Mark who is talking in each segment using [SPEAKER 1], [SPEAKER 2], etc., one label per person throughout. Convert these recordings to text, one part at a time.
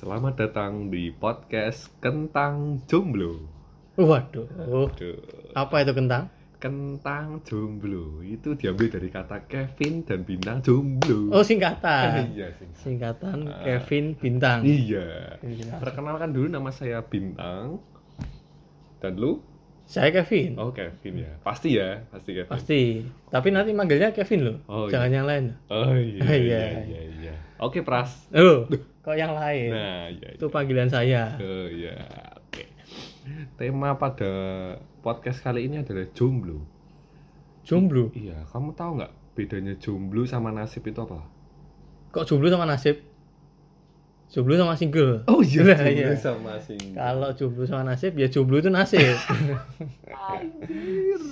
[SPEAKER 1] Selamat datang di podcast Kentang Jomblo.
[SPEAKER 2] Waduh, Oh,
[SPEAKER 1] Aduh,
[SPEAKER 2] apa itu kentang?
[SPEAKER 1] Kentang Jomblo itu diambil dari kata Kevin dan bintang jomblo.
[SPEAKER 2] Oh singkatan,
[SPEAKER 1] iya sih.
[SPEAKER 2] singkatan
[SPEAKER 1] Ah.
[SPEAKER 2] Kevin Bintang.
[SPEAKER 1] Iya. Perkenalkan dulu nama saya Bintang. Dan lu?
[SPEAKER 2] Saya Kevin,
[SPEAKER 1] Oh, Kevin ya. Pasti ya, pasti Kevin.
[SPEAKER 2] pasti. Tapi nanti manggilnya Kevin loh,
[SPEAKER 1] Oh, iya.
[SPEAKER 2] jangan yang lain.
[SPEAKER 1] Oh iya.
[SPEAKER 2] Iya.
[SPEAKER 1] iya, iya, iya. Oke, Pras.
[SPEAKER 2] Loh, Oh, kok yang lain?
[SPEAKER 1] Nah, iya. iya.
[SPEAKER 2] Itu panggilan saya.
[SPEAKER 1] Oh iya. Oke. Tema pada podcast kali ini adalah jomblo.
[SPEAKER 2] Jomblo.
[SPEAKER 1] Iya, kamu tahu nggak bedanya jomblo sama nasib itu apa?
[SPEAKER 2] Kok jomblo sama nasib? Jomblo sama single.
[SPEAKER 1] Oh
[SPEAKER 2] Lah, iya.
[SPEAKER 1] sama single.
[SPEAKER 2] Kalau jomblo sama nasib, ya jomblo itu nasib.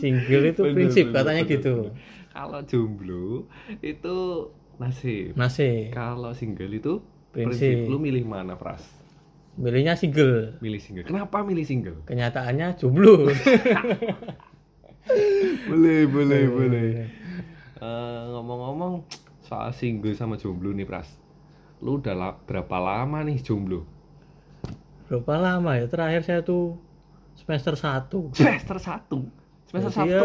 [SPEAKER 2] single itu
[SPEAKER 1] Bener,
[SPEAKER 2] prinsip
[SPEAKER 1] bener,
[SPEAKER 2] katanya
[SPEAKER 1] bener,
[SPEAKER 2] gitu.
[SPEAKER 1] bener. kalau jomblo itu nasib.
[SPEAKER 2] Nasib,
[SPEAKER 1] Kalau single itu prinsip. Lu
[SPEAKER 2] Nah. prinsip.
[SPEAKER 1] milih mana, Pras?
[SPEAKER 2] Milihnya single.
[SPEAKER 1] Milih single. Kenapa milih single?
[SPEAKER 2] Kenyataannya jomblo.
[SPEAKER 1] boleh,
[SPEAKER 2] Iya,
[SPEAKER 1] boleh, boleh. Eh, ngomong-ngomong soal single sama jomblo nih, Pras. Lu udah la- berapa lama nih jomblo?
[SPEAKER 2] Berapa lama ya? Terakhir saya tuh semester 1.
[SPEAKER 1] Semester 1. Semester 1
[SPEAKER 2] Jadi ya,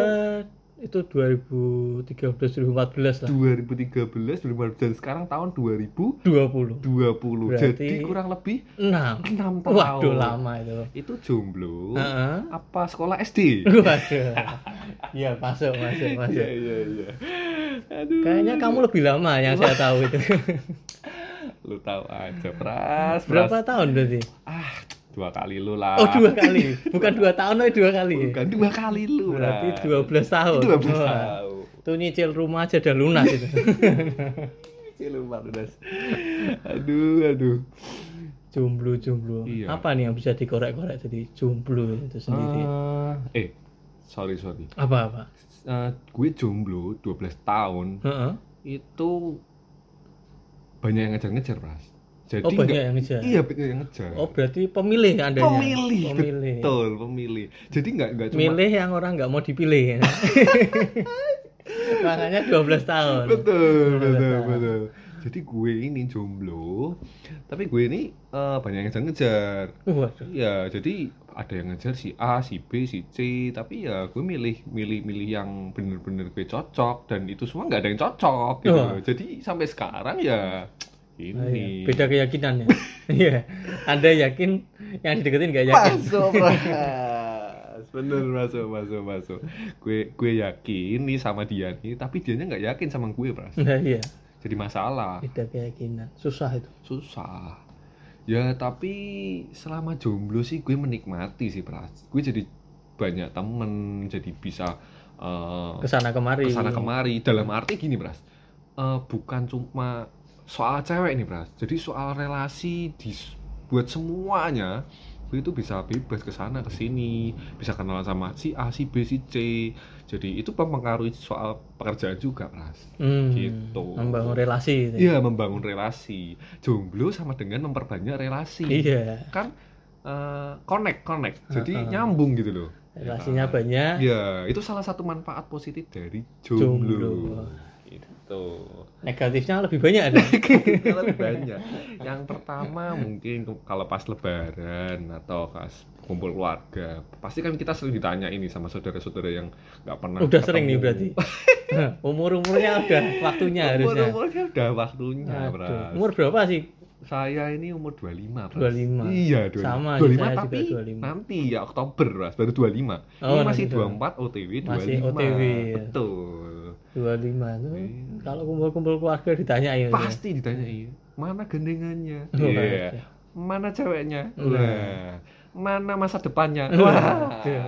[SPEAKER 2] itu 2013 2014 lah.
[SPEAKER 1] 2013, 2014 dan sekarang tahun 2020.
[SPEAKER 2] 20.
[SPEAKER 1] 20. Jadi
[SPEAKER 2] Berarti-
[SPEAKER 1] kurang lebih
[SPEAKER 2] 6.
[SPEAKER 1] 6 tahun.
[SPEAKER 2] Waduh lama itu.
[SPEAKER 1] Itu jomblo.
[SPEAKER 2] Heeh.
[SPEAKER 1] Apa sekolah SD?
[SPEAKER 2] Waduh. Iya, masuk, masuk,
[SPEAKER 1] Iya,
[SPEAKER 2] masuk.
[SPEAKER 1] iya, iya. Aduh.
[SPEAKER 2] Kayaknya kamu lebih lama yang saya tahu itu.
[SPEAKER 1] lu tahu aja, Pras. Pras.
[SPEAKER 2] Berapa tahun berarti?
[SPEAKER 1] Ah, dua kali lu lah.
[SPEAKER 2] Oh, dua kali. Bukan dua tahun, tapi dua kali.
[SPEAKER 1] Bukan dua kali lu.
[SPEAKER 2] Berarti
[SPEAKER 1] Pras.
[SPEAKER 2] 12 tahun.
[SPEAKER 1] 12
[SPEAKER 2] Wah,
[SPEAKER 1] tahun.
[SPEAKER 2] Itu nyicil rumah aja udah lunas itu.
[SPEAKER 1] Ih, lu panas. Aduh, aduh.
[SPEAKER 2] jomblo, jomblo.
[SPEAKER 1] Iya.
[SPEAKER 2] Apa nih yang bisa dikorek-korek jadi jomblo itu sendiri?
[SPEAKER 1] Eh, eh, sorry, sorry.
[SPEAKER 2] Apa-apa?
[SPEAKER 1] Eh, gue jomblo 12 tahun
[SPEAKER 2] Heeh.
[SPEAKER 1] itu banyak yang ngejar-ngejar, Pras. Jadi
[SPEAKER 2] Oh banyak
[SPEAKER 1] nggak-
[SPEAKER 2] yang ngejar.
[SPEAKER 1] Iya, banyak yang ngejar.
[SPEAKER 2] Oh berarti pemilih andanya.
[SPEAKER 1] pemilih,
[SPEAKER 2] Pemilih.
[SPEAKER 1] betul pemilih jadi nggak nggak cuma
[SPEAKER 2] Milih yang orang nggak mau dipilih. Makanya 12 tahun.
[SPEAKER 1] betul betul
[SPEAKER 2] Betul.
[SPEAKER 1] betul jadi gue ini jomblo tapi gue ini eh, banyak yang ngejar ngejar
[SPEAKER 2] Waduh.
[SPEAKER 1] ya jadi ada yang ngejar si A si B si C tapi ya gue milih milih milih yang bener-bener gue cocok dan itu semua nggak ada yang cocok gitu
[SPEAKER 2] Oh.
[SPEAKER 1] jadi sampai sekarang ya
[SPEAKER 2] Ah, iya.
[SPEAKER 1] ini
[SPEAKER 2] Beda keyakinannya. Iya. Anda yakin yang dideketin nggak yakin?
[SPEAKER 1] masuk mas bener masuk masuk masuk gue gue yakin nih sama dia nih tapi dianya nggak yakin sama gue pras
[SPEAKER 2] Nah, iya.
[SPEAKER 1] jadi masalah
[SPEAKER 2] Beda keyakinan. Susah itu.
[SPEAKER 1] susah ya tapi selama jomblo sih gue menikmati sih pras gue jadi banyak temen jadi bisa eh,
[SPEAKER 2] Kesana kemari.
[SPEAKER 1] kesana kemari dalam arti gini pras Eh, bukan cuma soal cewek nih pras jadi soal relasi di buat semuanya gue itu bisa bebas kesana kesini bisa kenalan sama si A si B si C jadi itu mempengaruhi soal pekerjaan juga pras
[SPEAKER 2] Hmm,
[SPEAKER 1] Gitu.
[SPEAKER 2] Membangun relasi. Itu.
[SPEAKER 1] Iya membangun relasi jomblo sama dengan memperbanyak relasi
[SPEAKER 2] Iya.
[SPEAKER 1] kan eh, connect connect jadi
[SPEAKER 2] Heeh.
[SPEAKER 1] nyambung gitu loh
[SPEAKER 2] Relasinya
[SPEAKER 1] Ya.
[SPEAKER 2] banyak.
[SPEAKER 1] Ya, itu salah satu manfaat positif dari
[SPEAKER 2] Jomblo.
[SPEAKER 1] jomblo. Gitu. Itu.
[SPEAKER 2] Negatifnya lebih banyak ada.
[SPEAKER 1] lebih banyak. Yang pertama mungkin ke- kalau pas lebaran atau pas kumpul keluarga, pasti kan kita sering ditanya ini sama saudara-saudara yang nggak pernah
[SPEAKER 2] udah sering nih berarti. Umur umurnya udah waktunya harusnya.
[SPEAKER 1] Umur-umurnya udah waktunya,
[SPEAKER 2] Aduh,
[SPEAKER 1] Pras.
[SPEAKER 2] Umur berapa sih?
[SPEAKER 1] Saya ini umur 25, Pras.
[SPEAKER 2] 25.
[SPEAKER 1] Iya, 25.
[SPEAKER 2] Sama,
[SPEAKER 1] 25
[SPEAKER 2] saya juga
[SPEAKER 1] tapi
[SPEAKER 2] 25.
[SPEAKER 1] nanti ya Oktober, Pras. Baru 25.
[SPEAKER 2] Oh,
[SPEAKER 1] ini masih
[SPEAKER 2] nanti
[SPEAKER 1] 24 OTW 25.
[SPEAKER 2] Masih OTW, ya.
[SPEAKER 1] Betul.
[SPEAKER 2] 25 tuh.
[SPEAKER 1] Iya.
[SPEAKER 2] Kalau kumpul-kumpul keluarga ditanya ya.
[SPEAKER 1] pasti ditanyain mana gendengannya
[SPEAKER 2] Iya.
[SPEAKER 1] Iya. mana ceweknya
[SPEAKER 2] Nah.
[SPEAKER 1] Wah. mana masa depannya
[SPEAKER 2] Waduh.
[SPEAKER 1] Wah.
[SPEAKER 2] Iya.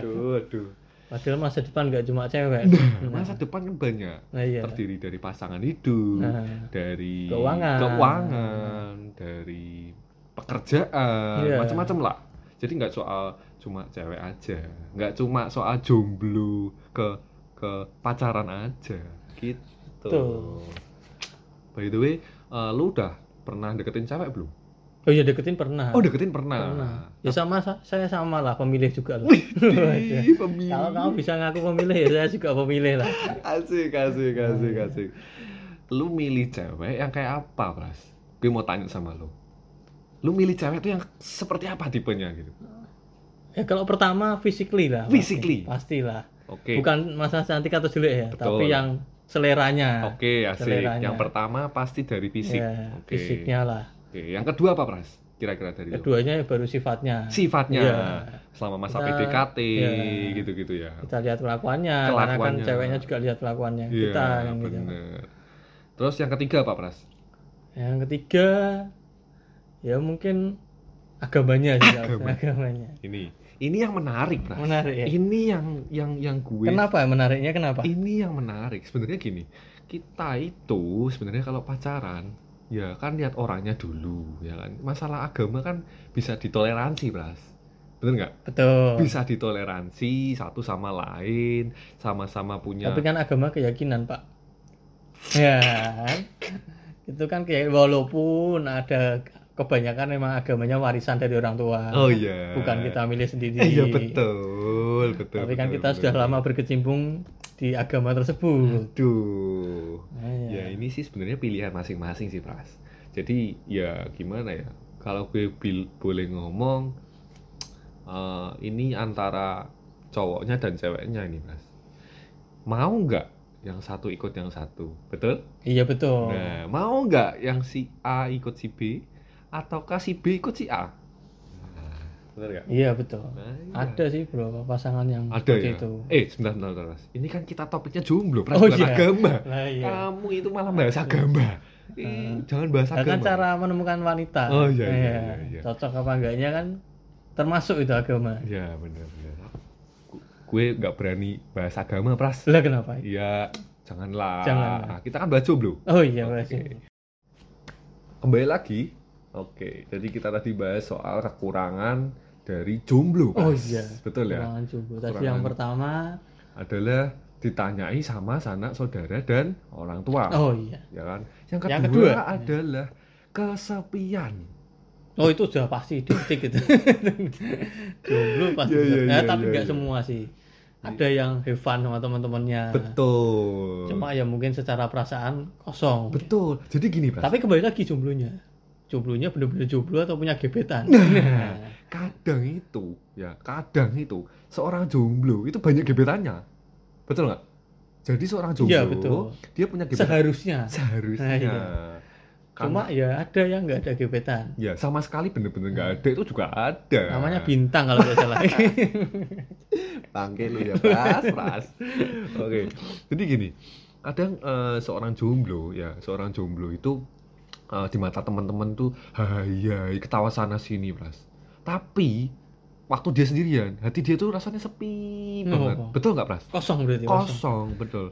[SPEAKER 1] aduh aduh
[SPEAKER 2] Padahal masa depan nggak cuma cewek.
[SPEAKER 1] masa depan kan banyak
[SPEAKER 2] Nah, iya.
[SPEAKER 1] terdiri dari pasangan hidup
[SPEAKER 2] Nah.
[SPEAKER 1] dari
[SPEAKER 2] Keuangan.
[SPEAKER 1] keuangan, dari pekerjaan
[SPEAKER 2] Iya.
[SPEAKER 1] macam-macam lah jadi nggak soal cuma cewek aja nggak cuma soal jomblo ke ke pacaran aja gitu
[SPEAKER 2] Tuh.
[SPEAKER 1] by the way eh, lu udah pernah deketin cewek belum
[SPEAKER 2] Oh iya deketin pernah.
[SPEAKER 1] oh deketin pernah,
[SPEAKER 2] Pernah. Ya sama sa- saya sama lah pemilih juga loh.
[SPEAKER 1] Ih, pemilih.
[SPEAKER 2] Kalau kamu bisa ngaku pemilih ya saya juga pemilih lah.
[SPEAKER 1] asik asik asik asik lu milih cewek yang kayak apa Pras gue mau tanya sama lu lu milih cewek tuh yang seperti apa tipenya gitu
[SPEAKER 2] Ya kalau pertama physically lah. pasti.
[SPEAKER 1] Physically.
[SPEAKER 2] Pastilah.
[SPEAKER 1] oke
[SPEAKER 2] Bukan masalah cantik atau jelek ya,
[SPEAKER 1] Betul.
[SPEAKER 2] tapi yang seleranya.
[SPEAKER 1] oke asik
[SPEAKER 2] seleranya.
[SPEAKER 1] yang pertama pasti dari fisik
[SPEAKER 2] Ya,
[SPEAKER 1] Oke. Iya.
[SPEAKER 2] fisiknya lah.
[SPEAKER 1] oke yang kedua apa pras kira-kira dari lu
[SPEAKER 2] Keduanya ya baru sifatnya.
[SPEAKER 1] sifatnya
[SPEAKER 2] Iya.
[SPEAKER 1] selama masa
[SPEAKER 2] Kita-
[SPEAKER 1] PDKT
[SPEAKER 2] iya.
[SPEAKER 1] gitu-gitu ya
[SPEAKER 2] Kita lihat kelakuannya, karena kan
[SPEAKER 1] Kelakuannya.
[SPEAKER 2] ceweknya juga lihat kelakuannya
[SPEAKER 1] iya
[SPEAKER 2] kita yang gitu.
[SPEAKER 1] bener terus yang ketiga apa pras
[SPEAKER 2] Yang ketiga ya mungkin agamanya sih
[SPEAKER 1] Agama.
[SPEAKER 2] harusnya, agamanya.
[SPEAKER 1] ini ini yang menarik pras
[SPEAKER 2] Menarik ya.
[SPEAKER 1] ini yang yang yang gue
[SPEAKER 2] Kenapa menariknya kenapa?
[SPEAKER 1] ini yang menarik sebenarnya gini kita itu sebenarnya kalau pacaran ya kan lihat orangnya dulu ya kan masalah agama kan bisa ditoleransi pras bener nggak
[SPEAKER 2] Betul.
[SPEAKER 1] bisa ditoleransi satu sama lain sama-sama punya
[SPEAKER 2] Tapi kan agama keyakinan, Pak. Ya. kan? Itu kan kayak walaupun ada kebanyakan memang agamanya warisan dari orang tua.
[SPEAKER 1] oh iya
[SPEAKER 2] Bukan kita milih sendiri.
[SPEAKER 1] iya betul betul
[SPEAKER 2] Tapi kan
[SPEAKER 1] betul,
[SPEAKER 2] kita
[SPEAKER 1] betul.
[SPEAKER 2] sudah lama berkecimpung di agama tersebut.
[SPEAKER 1] Aduh.
[SPEAKER 2] Nah,
[SPEAKER 1] ya ini sih sebenarnya pilihan masing-masing sih Pras jadi ya gimana ya kalau gue bil- boleh ngomong eh, ini antara cowoknya dan ceweknya ini Pras mau nggak yang satu ikut yang satu betul
[SPEAKER 2] Iya betul.
[SPEAKER 1] nah mau nggak yang si A ikut si B ataukah si B ikut si A Nah, betul nggak
[SPEAKER 2] Iya betul.
[SPEAKER 1] Nah, iya.
[SPEAKER 2] Ada sih beberapa pasangan yang
[SPEAKER 1] ada
[SPEAKER 2] seperti
[SPEAKER 1] ya
[SPEAKER 2] itu.
[SPEAKER 1] eh sebentar sebentar, sebentar, Pras ini kan kita topiknya jomblo Pras
[SPEAKER 2] Oh,
[SPEAKER 1] bukan
[SPEAKER 2] iya.
[SPEAKER 1] agama
[SPEAKER 2] Nah, iya.
[SPEAKER 1] kamu itu malah bahas agama. Ih, jangan bahas
[SPEAKER 2] Nah,
[SPEAKER 1] agama. ya?
[SPEAKER 2] kan cara menemukan wanita.
[SPEAKER 1] Oh, iya, iya,
[SPEAKER 2] Iya.
[SPEAKER 1] iya, iya.
[SPEAKER 2] Cocok apa enggaknya kan termasuk itu agama.
[SPEAKER 1] Ya benar-benar. Gu- Gue nggak berani bahas agama, Pras.
[SPEAKER 2] Lah kenapa?
[SPEAKER 1] Iya, janganlah.
[SPEAKER 2] Janganlah.
[SPEAKER 1] Kita kan bahas jomblo.
[SPEAKER 2] Oh iya,
[SPEAKER 1] Oke.
[SPEAKER 2] berarti.
[SPEAKER 1] Kembali lagi. Oke, jadi kita tadi bahas soal kekurangan dari jomblo, Pras.
[SPEAKER 2] Oh, iya.
[SPEAKER 1] Betul ya?
[SPEAKER 2] Kekurangan jumbo. Tadi
[SPEAKER 1] Kekurangan.
[SPEAKER 2] yang pertama,
[SPEAKER 1] Adalah ditanyai sama sanak saudara dan orang tua.
[SPEAKER 2] oh iya.
[SPEAKER 1] Ya kan? Yang kedua,
[SPEAKER 2] Yang kedua. Iya.
[SPEAKER 1] adalah kesepian.
[SPEAKER 2] Oh itu sudah pasti detik itu. Jomblo pasti.
[SPEAKER 1] Iya, iya,
[SPEAKER 2] sudah. Nah,
[SPEAKER 1] iya,
[SPEAKER 2] tapi
[SPEAKER 1] iya,
[SPEAKER 2] nggak
[SPEAKER 1] iya.
[SPEAKER 2] semua sih. Ada yang have fun sama teman-temannya.
[SPEAKER 1] Betul.
[SPEAKER 2] Nah. Cuma ya mungkin secara perasaan kosong.
[SPEAKER 1] Betul. Jadi gini, Pras.
[SPEAKER 2] Tapi kembali lagi jomblonya. Jomblonya benar-benar jomblo atau punya gebetan?
[SPEAKER 1] Nah. kadang itu ya kadang itu seorang jomblo itu banyak gebetannya betul nggak jadi seorang jomblo
[SPEAKER 2] Iya, betul.
[SPEAKER 1] dia punya gebetan
[SPEAKER 2] Seharusnya.
[SPEAKER 1] seharusnya
[SPEAKER 2] Nah, iya. Cuma
[SPEAKER 1] Karena-
[SPEAKER 2] ya ada yang nggak ada gebetan.
[SPEAKER 1] ya sama sekali bener-bener nggak ada itu juga ada
[SPEAKER 2] Hmm. Namanya bintang kalau nggak salah.
[SPEAKER 1] bangke lu ya pras pras oke jadi gini kadang eh, seorang jomblo ya seorang jomblo itu eh, di mata teman-teman tuh hai hai ketawa sana sini pras tapi waktu dia sendirian hati dia tuh rasanya sepi
[SPEAKER 2] Oh.
[SPEAKER 1] banget betul nggak pras
[SPEAKER 2] kosong berarti. Kosong.
[SPEAKER 1] kosong betul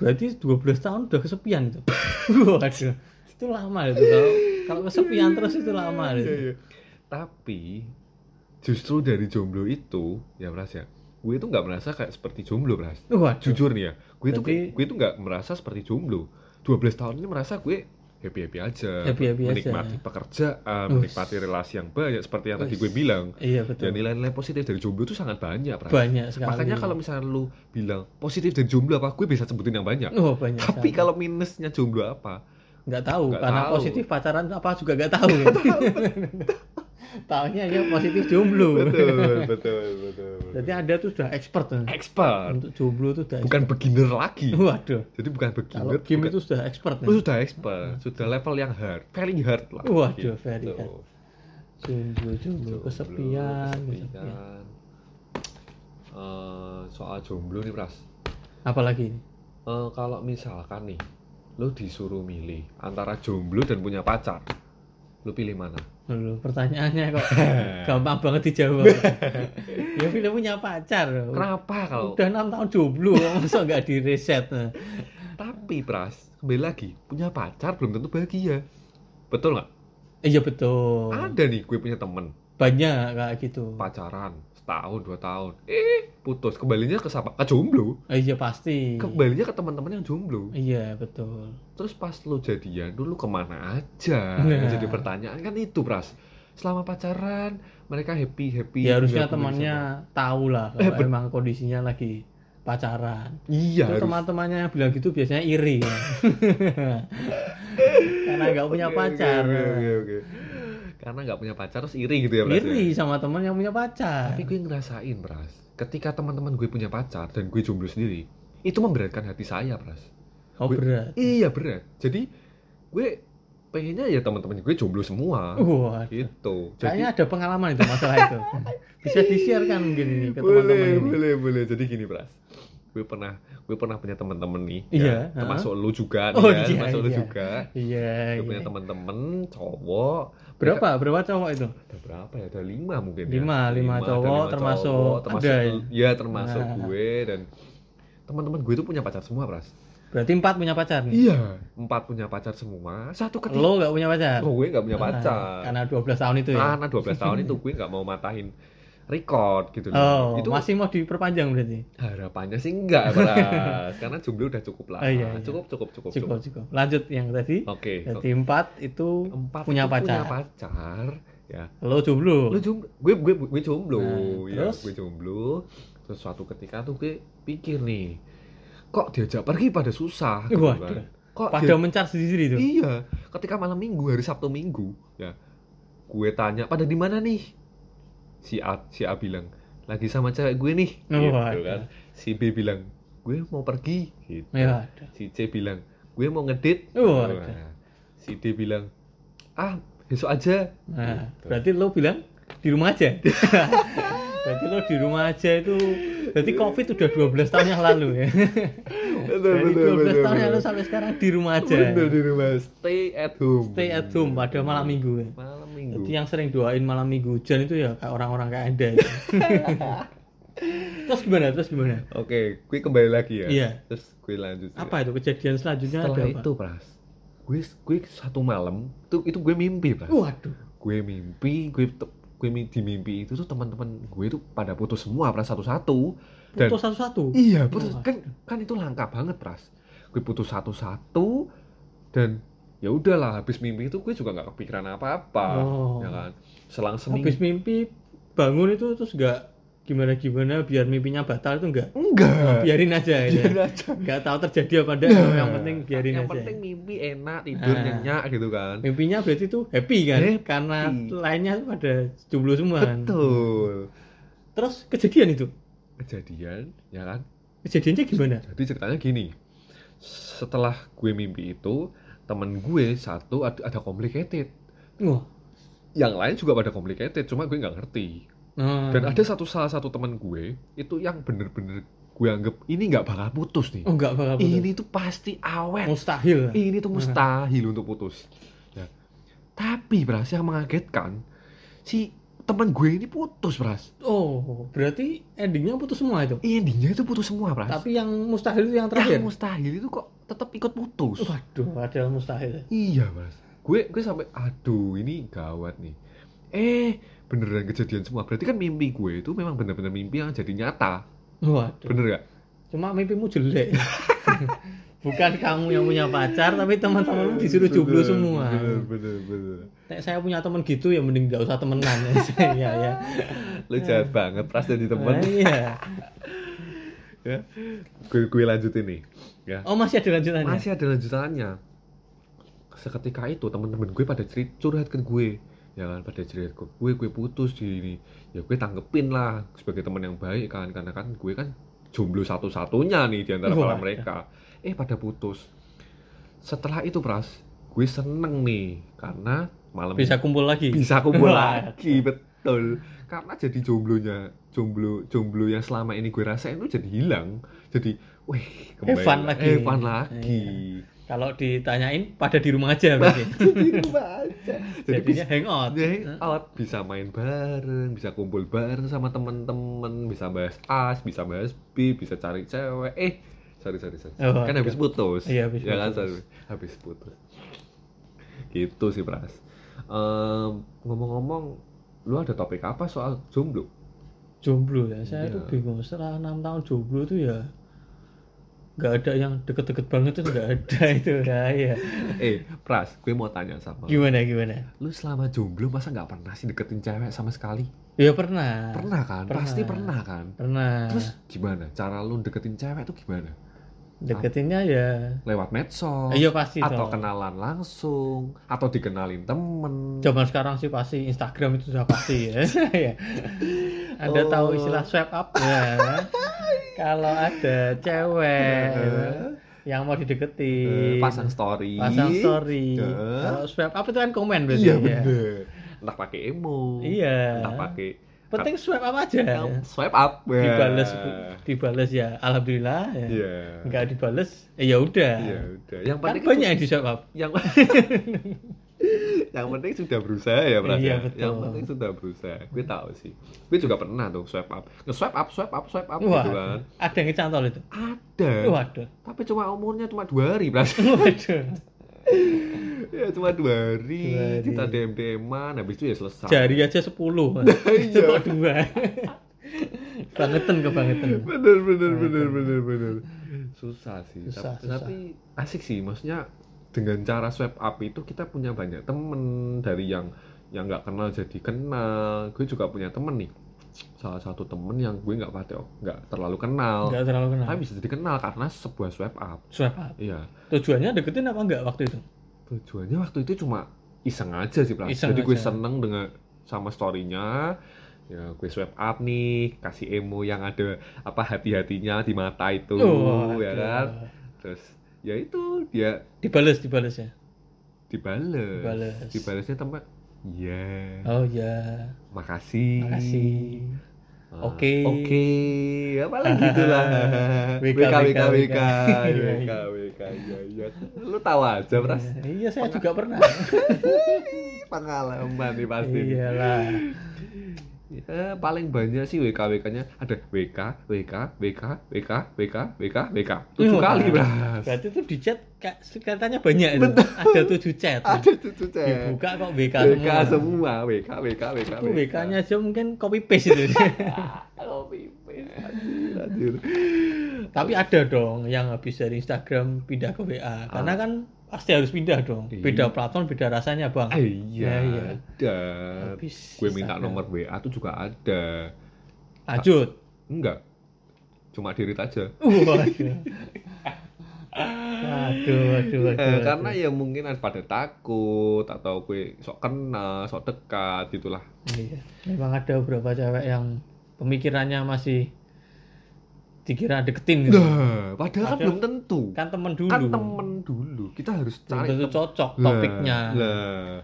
[SPEAKER 2] Berarti 12 tahun udah kesepian itu. Waduh. Itu lama itu kalau kalau kesepian terus itu
[SPEAKER 1] Iya,
[SPEAKER 2] lama itu.
[SPEAKER 1] iya. tapi justru dari jomblo itu ya pras ya gue itu nggak merasa kayak seperti jomblo pras
[SPEAKER 2] Waduh.
[SPEAKER 1] jujur nih ya gue itu
[SPEAKER 2] Berarti-
[SPEAKER 1] gue itu nggak merasa seperti jomblo 12 tahun ini merasa gue happy happy aja
[SPEAKER 2] Happy-happy aja.
[SPEAKER 1] menikmati pekerjaan
[SPEAKER 2] Ush.
[SPEAKER 1] menikmati relasi yang banyak seperti yang tadi
[SPEAKER 2] Ush.
[SPEAKER 1] gue bilang
[SPEAKER 2] Iya
[SPEAKER 1] dan
[SPEAKER 2] betul.
[SPEAKER 1] nilai-nilai positif dari jomblo itu sangat banyak Pras.
[SPEAKER 2] Banyak sekali.
[SPEAKER 1] makanya kalau misalnya lu bilang positif dari jomblo apa gue bisa sebutin yang banyak
[SPEAKER 2] Oh, banyak.
[SPEAKER 1] tapi
[SPEAKER 2] sekali.
[SPEAKER 1] kalau minusnya jomblo apa
[SPEAKER 2] nggak tahu
[SPEAKER 1] Nggak
[SPEAKER 2] karena
[SPEAKER 1] tahu.
[SPEAKER 2] positif pacaran apa juga nggak tahu. Tahunya ya positif jomblo.
[SPEAKER 1] betul betul betul
[SPEAKER 2] Jadi ada tuh sudah expert tuh.
[SPEAKER 1] expert
[SPEAKER 2] untuk jomblo tuh sudah.
[SPEAKER 1] bukan beginner lagi
[SPEAKER 2] expert. Waduh.
[SPEAKER 1] jadi bukan
[SPEAKER 2] Kalau
[SPEAKER 1] beginner
[SPEAKER 2] game
[SPEAKER 1] bukan-
[SPEAKER 2] itu sudah expert ya?
[SPEAKER 1] Lu
[SPEAKER 2] nih.
[SPEAKER 1] Oh, sudah expert sudah level yang hard very hard lah
[SPEAKER 2] Waduh, very
[SPEAKER 1] Gitu.
[SPEAKER 2] hard. Jomblo, jomblo,
[SPEAKER 1] Jomblo,
[SPEAKER 2] Gitu, kesepian, kesepian.
[SPEAKER 1] kesepian. Eh, soal jomblo nih Pras
[SPEAKER 2] Apalagi ini?
[SPEAKER 1] Eh, kalau misalkan nih lo disuruh milih antara jomblo dan punya pacar lo pilih mana
[SPEAKER 2] Loh, pertanyaannya kok gampang banget dijawab. ya film punya pacar.
[SPEAKER 1] kenapa kalau
[SPEAKER 2] Udah enam tahun jomblo, masa nggak nah? di reset?
[SPEAKER 1] tapi Pras kembali lagi punya pacar belum tentu bahagia betul nggak
[SPEAKER 2] Iya betul.
[SPEAKER 1] ada nih gue punya temen
[SPEAKER 2] Banyak kayak gitu.
[SPEAKER 1] pacaran setahun dua tahun eh putus kembalinya ke siapa ke jomblo
[SPEAKER 2] Eh, Iya pasti.
[SPEAKER 1] kembalinya ke teman-teman yang jomblo
[SPEAKER 2] Iya betul.
[SPEAKER 1] terus pas lo jadian dulu kemana aja
[SPEAKER 2] Nah.
[SPEAKER 1] yang jadi pertanyaan kan itu pras selama pacaran mereka happy happy
[SPEAKER 2] Ya harusnya
[SPEAKER 1] nggak peduli sama-
[SPEAKER 2] temannya tahu lah
[SPEAKER 1] Iya, Eh,
[SPEAKER 2] kalau
[SPEAKER 1] bet-
[SPEAKER 2] emang kondisinya lagi pacaran.
[SPEAKER 1] iya
[SPEAKER 2] Itu
[SPEAKER 1] harus.
[SPEAKER 2] teman-temannya yang bilang gitu biasanya iri. Karena nggak punya
[SPEAKER 1] Oke,
[SPEAKER 2] pacar.
[SPEAKER 1] iya, oke, oke, oke. karena nggak punya pacar terus iri gitu ya Bras ya?
[SPEAKER 2] iri sama teman yang punya pacar
[SPEAKER 1] tapi gue ngerasain Bras ketika teman-teman gue punya pacar dan gue jomblo sendiri itu memberatkan hati saya Bras
[SPEAKER 2] oh
[SPEAKER 1] gue-
[SPEAKER 2] berat
[SPEAKER 1] iya berat jadi gue pengennya ya teman-teman gue jomblo semua
[SPEAKER 2] wah
[SPEAKER 1] gitu
[SPEAKER 2] Uh. kayaknya
[SPEAKER 1] jadi
[SPEAKER 2] ada pengalaman itu masalah itu bisa di-share kan gini nih ke teman-teman
[SPEAKER 1] boleh
[SPEAKER 2] ini
[SPEAKER 1] boleh boleh jadi gini Bras gue pernah gue pernah punya teman-teman nih
[SPEAKER 2] Iya,
[SPEAKER 1] ya, termasuk lu juga
[SPEAKER 2] Oh,
[SPEAKER 1] nih ya,
[SPEAKER 2] iya,
[SPEAKER 1] termasuk lu
[SPEAKER 2] iya.
[SPEAKER 1] juga
[SPEAKER 2] iya
[SPEAKER 1] gue
[SPEAKER 2] iya.
[SPEAKER 1] punya teman-teman cowok
[SPEAKER 2] berapa berapa cowok itu
[SPEAKER 1] ada berapa ya ada lima mungkin ya.
[SPEAKER 2] Lima, lima
[SPEAKER 1] ada
[SPEAKER 2] cowok, termasuk
[SPEAKER 1] termasuk
[SPEAKER 2] ada
[SPEAKER 1] lu- ya termasuk
[SPEAKER 2] Nah.
[SPEAKER 1] gue dan teman-teman gue itu punya pacar semua pras
[SPEAKER 2] berarti empat punya pacar nih
[SPEAKER 1] iya empat punya pacar semua satu ketika
[SPEAKER 2] lo nggak punya pacar
[SPEAKER 1] Oh, gue nggak punya
[SPEAKER 2] Ah,
[SPEAKER 1] pacar
[SPEAKER 2] karena 12 tahun itu ya
[SPEAKER 1] karena 12 tahun itu gue nggak mau matahin record gitu
[SPEAKER 2] oh
[SPEAKER 1] loh itu
[SPEAKER 2] masih mau diperpanjang berarti
[SPEAKER 1] harapannya sih enggak pras karena jumlah udah cukup lah
[SPEAKER 2] Oh, iya, iya.
[SPEAKER 1] cukup cukup cukup
[SPEAKER 2] cukup cukup lanjut yang tadi
[SPEAKER 1] oke
[SPEAKER 2] jadi empat itu
[SPEAKER 1] empat
[SPEAKER 2] punya
[SPEAKER 1] itu
[SPEAKER 2] pacar.
[SPEAKER 1] punya pacar ya
[SPEAKER 2] lo jomblo
[SPEAKER 1] lu jomblo gue gue gue jomblo
[SPEAKER 2] Nah,
[SPEAKER 1] ya
[SPEAKER 2] terus?
[SPEAKER 1] gue jomblo terus suatu ketika tuh gue pikir nih kok diajak pergi pada susah gitu
[SPEAKER 2] Waduh. gitu.
[SPEAKER 1] kan. kok
[SPEAKER 2] pada
[SPEAKER 1] dia-
[SPEAKER 2] mencar sendiri itu
[SPEAKER 1] iya ketika malam minggu hari sabtu minggu ya gue tanya pada di mana nih si A si A bilang lagi sama cewek gue nih
[SPEAKER 2] Oh,
[SPEAKER 1] gitu
[SPEAKER 2] waduh.
[SPEAKER 1] kan si B bilang gue mau pergi gitu
[SPEAKER 2] ya ada
[SPEAKER 1] si C bilang gue mau ngedit
[SPEAKER 2] Oh,
[SPEAKER 1] Nah,
[SPEAKER 2] ada.
[SPEAKER 1] si D bilang ah besok aja
[SPEAKER 2] nah
[SPEAKER 1] Gitu.
[SPEAKER 2] berarti lo bilang di rumah aja berarti lo di rumah aja itu berarti covid udah 12 tahun yang lalu ya dari 12 tahun yang lalu sampai sekarang di rumah aja
[SPEAKER 1] Bener di rumah, stay at home.
[SPEAKER 2] stay at home pada malam minggu ya
[SPEAKER 1] Malam minggu.
[SPEAKER 2] Jadi yang sering doain malam minggu hujan itu ya kayak orang-orang kayak anda itu. terus gimana? Terus gimana?
[SPEAKER 1] Oke, gue kembali lagi ya.
[SPEAKER 2] Iya.
[SPEAKER 1] Terus gue lanjut. ya.
[SPEAKER 2] Apa itu kejadian selanjutnya
[SPEAKER 1] Setelah
[SPEAKER 2] ada
[SPEAKER 1] itu, Pras. Gue gue satu malam itu itu gue mimpi, Pras.
[SPEAKER 2] apa? Waduh.
[SPEAKER 1] Gue mimpi, gue te- gue mi- di mimpi itu tuh teman-teman gue itu pada putus semua, Pras satu-satu. Dan-
[SPEAKER 2] Putus satu-satu.
[SPEAKER 1] Iya, putus.
[SPEAKER 2] Wah.
[SPEAKER 1] Kan kan itu langka banget, Pras. Gue putus satu-satu dan ya udahlah habis mimpi itu gue juga nggak kepikiran apa-apa.
[SPEAKER 2] Oh.
[SPEAKER 1] Ya kan? Selang seminggu
[SPEAKER 2] Habis mimpi bangun itu terus nggak gimana gimana biar mimpinya batal itu nggak
[SPEAKER 1] Enggak.
[SPEAKER 2] biarin aja ya.
[SPEAKER 1] Biarin aja.
[SPEAKER 2] nggak tahu terjadi apa enggak
[SPEAKER 1] Nah.
[SPEAKER 2] yang penting biarin
[SPEAKER 1] yang
[SPEAKER 2] aja
[SPEAKER 1] penting mimpi enak tidur
[SPEAKER 2] Ah.
[SPEAKER 1] nyenyak gitu kan
[SPEAKER 2] mimpinya berarti itu happy kan
[SPEAKER 1] Happy.
[SPEAKER 2] karena lainnya pada jomblo semua kan.
[SPEAKER 1] betul
[SPEAKER 2] terus kejadian itu
[SPEAKER 1] kejadian ya kan
[SPEAKER 2] kejadiannya gimana
[SPEAKER 1] jadi ceritanya gini setelah gue mimpi itu temen gue satu ad- ada complicated
[SPEAKER 2] wah
[SPEAKER 1] yang lain juga pada complicated cuma gue nggak ngerti
[SPEAKER 2] nah.
[SPEAKER 1] dan ada satu salah satu temen gue itu yang bener-bener gue anggap ini nggak bakal putus nih
[SPEAKER 2] oh nggak bakal putus. Oh, iya.
[SPEAKER 1] ini tuh pasti awet
[SPEAKER 2] mustahil
[SPEAKER 1] ini tuh mustahil untuk putus. Ya. Tapi Bras yang mengagetkan si teman gue ini putus Bras.
[SPEAKER 2] Oh, berarti endingnya putus semua itu.
[SPEAKER 1] Endingnya itu putus semua Bras.
[SPEAKER 2] Tapi yang mustahil itu yang terakhir.
[SPEAKER 1] Iya. yang mustahil itu kok tetap ikut putus.
[SPEAKER 2] Waduh, ada yang mustahil.
[SPEAKER 1] Iya Bras. Gue gue sampai aduh ini gawat nih. Eh beneran kejadian semua. Berarti kan mimpi gue itu memang bener-bener mimpi yang jadi nyata.
[SPEAKER 2] Waduh.
[SPEAKER 1] Bener gak?
[SPEAKER 2] Cuma mimpimu jelek. Bukan kamu yang punya pacar, tapi teman-temanmu disuruh jomblo
[SPEAKER 1] Bener,
[SPEAKER 2] semua.
[SPEAKER 1] Bener bener bener.
[SPEAKER 2] Nek saya punya teman gitu ya mending nggak usah temenan ya. Iya, ya.
[SPEAKER 1] Lu
[SPEAKER 2] Eh.
[SPEAKER 1] jahat banget Bras jadi
[SPEAKER 2] Ah,
[SPEAKER 1] teman.
[SPEAKER 2] Iya.
[SPEAKER 1] Ya. Gue gue lanjutin nih. Ya.
[SPEAKER 2] Oh, masih ada lanjutannya.
[SPEAKER 1] masih ada lanjutannya seketika itu teman-teman gue pada cerit curhat ke gue ya kan pada cerita ke gue gue putus di ini ya gue tanggepin lah sebagai teman yang baik kan karena kan gue kan jomblo satu-satunya nih di antara para
[SPEAKER 2] Wah.
[SPEAKER 1] mereka eh pada putus setelah itu pras gue seneng nih karena malam
[SPEAKER 2] Bisa kumpul lagi.
[SPEAKER 1] bisa kumpul
[SPEAKER 2] Wah.
[SPEAKER 1] lagi betul karena jadi jomblonya jomblo jomblo yang selama ini gue rasain itu jadi hilang jadi wih
[SPEAKER 2] Eh, fun lagi.
[SPEAKER 1] eh, fun lagi
[SPEAKER 2] Kalau ditanyain pada di rumah aja berarti.
[SPEAKER 1] Di rumah aja. jadi
[SPEAKER 2] Iya. Jadinya hangout.
[SPEAKER 1] bisa hangout, gitu. bisa main bareng bisa kumpul bareng sama temen-temen bisa bahas A bisa bahas B bisa cari cewek eh sorry sorry sorry
[SPEAKER 2] Oh,
[SPEAKER 1] kan habis putus
[SPEAKER 2] Iya, habis
[SPEAKER 1] ya kan
[SPEAKER 2] putus.
[SPEAKER 1] sorry. habis putus gitu sih pras Em, ngomong-ngomong lu ada topik apa soal jomblo
[SPEAKER 2] jomblo ya saya
[SPEAKER 1] Iya.
[SPEAKER 2] tuh bingung setelah enam tahun jomblo tuh ya nggak ada yang deket-deket banget tuh nggak ada itu ya, ya.
[SPEAKER 1] eh pras gue mau tanya sama lu.
[SPEAKER 2] gimana gimana
[SPEAKER 1] lu selama jomblo masa nggak pernah sih deketin cewek sama sekali
[SPEAKER 2] ya pernah
[SPEAKER 1] pernah kan
[SPEAKER 2] Pernah.
[SPEAKER 1] pasti pernah kan
[SPEAKER 2] pernah
[SPEAKER 1] Terus gimana? Cara lu deketin cewek tuh gimana?
[SPEAKER 2] deketinnya ya
[SPEAKER 1] lewat medsos
[SPEAKER 2] iya pasti
[SPEAKER 1] Oh, atau
[SPEAKER 2] dong.
[SPEAKER 1] kenalan langsung atau dikenalin temen
[SPEAKER 2] zaman sekarang sih pasti Instagram itu sudah pasti ya. Ya. Anda
[SPEAKER 1] Oh.
[SPEAKER 2] tahu istilah swipe up ya. Kalau ada cewek ya, yang mau
[SPEAKER 1] Eh,
[SPEAKER 2] dideketin,
[SPEAKER 1] pasang story
[SPEAKER 2] Iya. pasang story.
[SPEAKER 1] Eh.
[SPEAKER 2] Kalau swipe up itu kan komen berarti
[SPEAKER 1] iya
[SPEAKER 2] ya.
[SPEAKER 1] bener entah pakai emo
[SPEAKER 2] Iya.
[SPEAKER 1] entah pakai
[SPEAKER 2] Penting swipe up aja.
[SPEAKER 1] swipe up ya.
[SPEAKER 2] Dibales dibales ya alhamdulillah ya.
[SPEAKER 1] iya
[SPEAKER 2] Enggak dibales, eh, ya udah.
[SPEAKER 1] iya udah yang
[SPEAKER 2] Kan
[SPEAKER 1] penting
[SPEAKER 2] banyak yang di swipe up.
[SPEAKER 1] yang yang penting sudah berusaha ya Pras
[SPEAKER 2] Iya,
[SPEAKER 1] ya?
[SPEAKER 2] betul.
[SPEAKER 1] yang penting sudah berusaha gue tahu sih gue juga pernah tuh swipe up nge swipe up swipe up swipe up
[SPEAKER 2] Wah,
[SPEAKER 1] gitu kan
[SPEAKER 2] ada yang kecantol itu.
[SPEAKER 1] ada
[SPEAKER 2] Waduh.
[SPEAKER 1] tapi cuma umurnya cuma dua hari Pras
[SPEAKER 2] Waduh.
[SPEAKER 1] ya cuma dua hari,
[SPEAKER 2] Dua hari.
[SPEAKER 1] kita dm dman habis itu ya selesai
[SPEAKER 2] Jari aja 10. Itu
[SPEAKER 1] Iya.
[SPEAKER 2] kok 2. Bangetan kebangetan.
[SPEAKER 1] bener bener bener bener bener susah sih tapi,
[SPEAKER 2] Susah, susah.
[SPEAKER 1] tapi asik sih maksudnya dengan cara swipe up itu kita punya banyak temen dari yang yang nggak kenal jadi kenal gue juga punya temen nih salah satu temen yang gue nggak pate nggak terlalu kenal
[SPEAKER 2] Enggak terlalu kenal.
[SPEAKER 1] tapi bisa jadi kenal karena sebuah swipe up
[SPEAKER 2] Swipe up.
[SPEAKER 1] iya
[SPEAKER 2] Tujuannya deketin apa enggak waktu itu?
[SPEAKER 1] tujuannya waktu itu cuma iseng aja sih Pras.
[SPEAKER 2] Iseng
[SPEAKER 1] jadi gue
[SPEAKER 2] aja.
[SPEAKER 1] seneng dengan sama storynya ya gue swipe up nih kasih emo yang ada apa hati-hatinya di mata itu
[SPEAKER 2] Oh,
[SPEAKER 1] ya kan terus ya itu dia
[SPEAKER 2] Dibales, dibales ya.
[SPEAKER 1] dibales
[SPEAKER 2] Dibales.
[SPEAKER 1] dibalesnya tempat iya
[SPEAKER 2] Oh ya,
[SPEAKER 1] makasih
[SPEAKER 2] makasih.
[SPEAKER 1] Ah,
[SPEAKER 2] Oke.
[SPEAKER 1] oke apalah gitu lah
[SPEAKER 2] WK,
[SPEAKER 1] WK WK WK
[SPEAKER 2] WK.
[SPEAKER 1] WK WK ya ya lu tahu aja pras
[SPEAKER 2] Iya, saya juga pernah.
[SPEAKER 1] pengalaman nih pasti
[SPEAKER 2] Iyalah.
[SPEAKER 1] Ya, paling banyak sih WK WK nya ada WK WK WK WK WK WK WK tujuh
[SPEAKER 2] Wah,
[SPEAKER 1] kali pras
[SPEAKER 2] Berarti itu di chat ka- katanya banyak itu. Ada tujuh chat.
[SPEAKER 1] ada tujuh chat
[SPEAKER 2] Dibuka kok WK
[SPEAKER 1] WK semua
[SPEAKER 2] semua.
[SPEAKER 1] WK WK WK
[SPEAKER 2] Itu WK-nya aja mungkin copy paste itu.
[SPEAKER 1] Kopi paste, anjir, anjir.
[SPEAKER 2] Tapi ada dong yang habis dari Instagram pindah ke WA.
[SPEAKER 1] Ah.
[SPEAKER 2] Karena kan pasti harus pindah dong.
[SPEAKER 1] Iya.
[SPEAKER 2] Beda platform, beda rasanya, Bang.
[SPEAKER 1] Ah, iya,
[SPEAKER 2] Ya, iya.
[SPEAKER 1] ada.
[SPEAKER 2] Habis
[SPEAKER 1] Gue minta
[SPEAKER 2] Instagram.
[SPEAKER 1] nomor WA tuh juga ada.
[SPEAKER 2] Lanjut.
[SPEAKER 1] Enggak. Cuma dirit aja.
[SPEAKER 2] Waduh. Waduh, waduh,
[SPEAKER 1] Eh,
[SPEAKER 2] waduh.
[SPEAKER 1] karena ya mungkin ada pada takut atau gue sok kenal, sok dekat gitulah.
[SPEAKER 2] Iya. Memang ada beberapa cewek yang pemikirannya masih dikira deketin gitu.
[SPEAKER 1] Nah, padahal, kan
[SPEAKER 2] Padahal-
[SPEAKER 1] belum tentu.
[SPEAKER 2] Kan temen dulu.
[SPEAKER 1] Kan temen dulu. Kita harus
[SPEAKER 2] Belum
[SPEAKER 1] cari
[SPEAKER 2] tentu
[SPEAKER 1] tem-
[SPEAKER 2] cocok
[SPEAKER 1] Lah,
[SPEAKER 2] topiknya.
[SPEAKER 1] lah.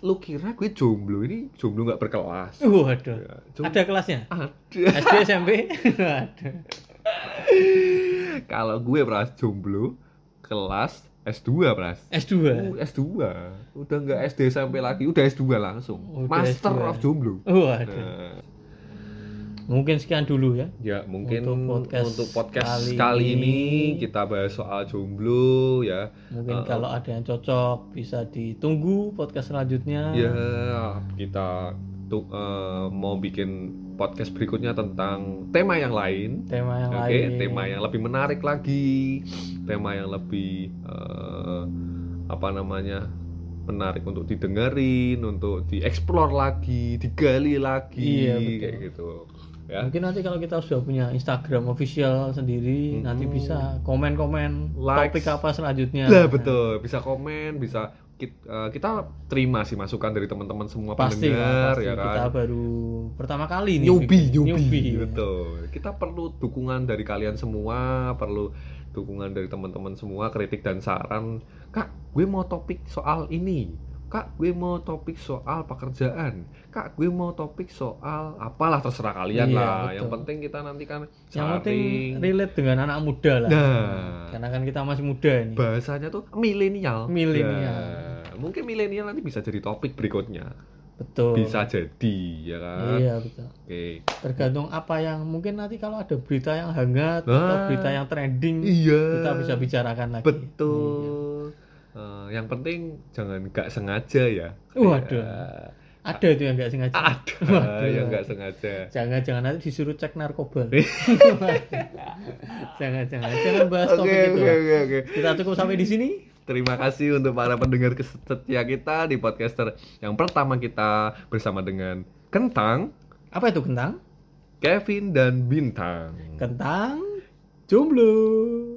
[SPEAKER 1] Lu kira gue jomblo ini jomblo nggak berkelas?
[SPEAKER 2] Uh, Waduh.
[SPEAKER 1] Ya, jomblo-
[SPEAKER 2] Ada kelasnya?
[SPEAKER 1] ada.
[SPEAKER 2] SD, SMP? Ada.
[SPEAKER 1] Kalau gue pras jomblo kelas S2 pras.
[SPEAKER 2] S2.
[SPEAKER 1] Uh, S2. Udah nggak SD sampai lagi, udah S2 langsung.
[SPEAKER 2] Oh, Udah
[SPEAKER 1] Master
[SPEAKER 2] S2.
[SPEAKER 1] of jomblo.
[SPEAKER 2] Uh, Waduh.
[SPEAKER 1] Nah,
[SPEAKER 2] Mungkin sekian dulu ya.
[SPEAKER 1] ya mungkin
[SPEAKER 2] Untuk
[SPEAKER 1] untuk podcast,
[SPEAKER 2] podcast kali
[SPEAKER 1] kali ini
[SPEAKER 2] ini
[SPEAKER 1] kita bahas soal jomblo ya. Uh,
[SPEAKER 2] Mungkin kalau ada yang cocok bisa ditunggu podcast selanjutnya.
[SPEAKER 1] Ya, kita tuh eh, mau bikin podcast berikutnya tentang tema yang lain.
[SPEAKER 2] Tema yang
[SPEAKER 1] Oke,
[SPEAKER 2] lain.
[SPEAKER 1] tema yang lebih menarik lagi, tema yang lebih eh, apa namanya menarik untuk didengerin, untuk dieksplor lagi, digali lagi,
[SPEAKER 2] Iya, betul.
[SPEAKER 1] kayak gitu. Ya,
[SPEAKER 2] Mungkin nanti kalau kita sudah punya Instagram official sendiri,
[SPEAKER 1] Mm-mm.
[SPEAKER 2] nanti bisa
[SPEAKER 1] Hmm.
[SPEAKER 2] komen-komen
[SPEAKER 1] Likes.
[SPEAKER 2] topik apa selanjutnya.
[SPEAKER 1] lah betul, bisa komen, bisa kit- eh, kita, terima sih masukan dari teman-teman semua
[SPEAKER 2] Pasti,
[SPEAKER 1] pendengar,
[SPEAKER 2] kan, pasti.
[SPEAKER 1] ya kan.
[SPEAKER 2] kita baru pertama kali nih.
[SPEAKER 1] nyobi
[SPEAKER 2] bikin.
[SPEAKER 1] nyobi
[SPEAKER 2] Newbie.
[SPEAKER 1] betul kita perlu dukungan dari kalian semua perlu dukungan dari teman-teman semua kritik dan saran kak gue mau topik soal ini kak gue mau topik soal pekerjaan kak gue mau topik soal apalah terserah kalian
[SPEAKER 2] Iya,
[SPEAKER 1] lah
[SPEAKER 2] betul.
[SPEAKER 1] yang penting kita nanti kan
[SPEAKER 2] Yang penting
[SPEAKER 1] saring.
[SPEAKER 2] relate dengan anak muda lah.
[SPEAKER 1] Nah.
[SPEAKER 2] Karena kan kita masih muda nih.
[SPEAKER 1] bahasanya tuh milenial
[SPEAKER 2] Milenial.
[SPEAKER 1] Nah, mungkin milenial nanti bisa jadi topik berikutnya
[SPEAKER 2] Betul.
[SPEAKER 1] bisa jadi ya kan
[SPEAKER 2] Iya, betul.
[SPEAKER 1] oke
[SPEAKER 2] Tergantung apa yang mungkin nanti kalau ada berita yang hangat atau
[SPEAKER 1] Nah.
[SPEAKER 2] berita yang trending
[SPEAKER 1] iya
[SPEAKER 2] kita bisa bicarakan lagi.
[SPEAKER 1] Betul. Eh, yang penting jangan nggak sengaja ya.
[SPEAKER 2] Waduh.
[SPEAKER 1] Ya.
[SPEAKER 2] Iya. Ada itu yang nggak sengaja.
[SPEAKER 1] Ada
[SPEAKER 2] Waduh.
[SPEAKER 1] eh, yang nggak sengaja.
[SPEAKER 2] Jangan-jangan nanti disuruh cek narkoba. Jangan-jangan jangan bahas
[SPEAKER 1] Oke
[SPEAKER 2] topik itu.
[SPEAKER 1] oke
[SPEAKER 2] lah.
[SPEAKER 1] oke oke.
[SPEAKER 2] Kita cukup sampai di sini.
[SPEAKER 1] Terima kasih untuk para pendengar setia kita di podcaster yang pertama kita bersama dengan Kentang,
[SPEAKER 2] Apa itu kentang?
[SPEAKER 1] Kevin dan Bintang.
[SPEAKER 2] Kentang jomblo.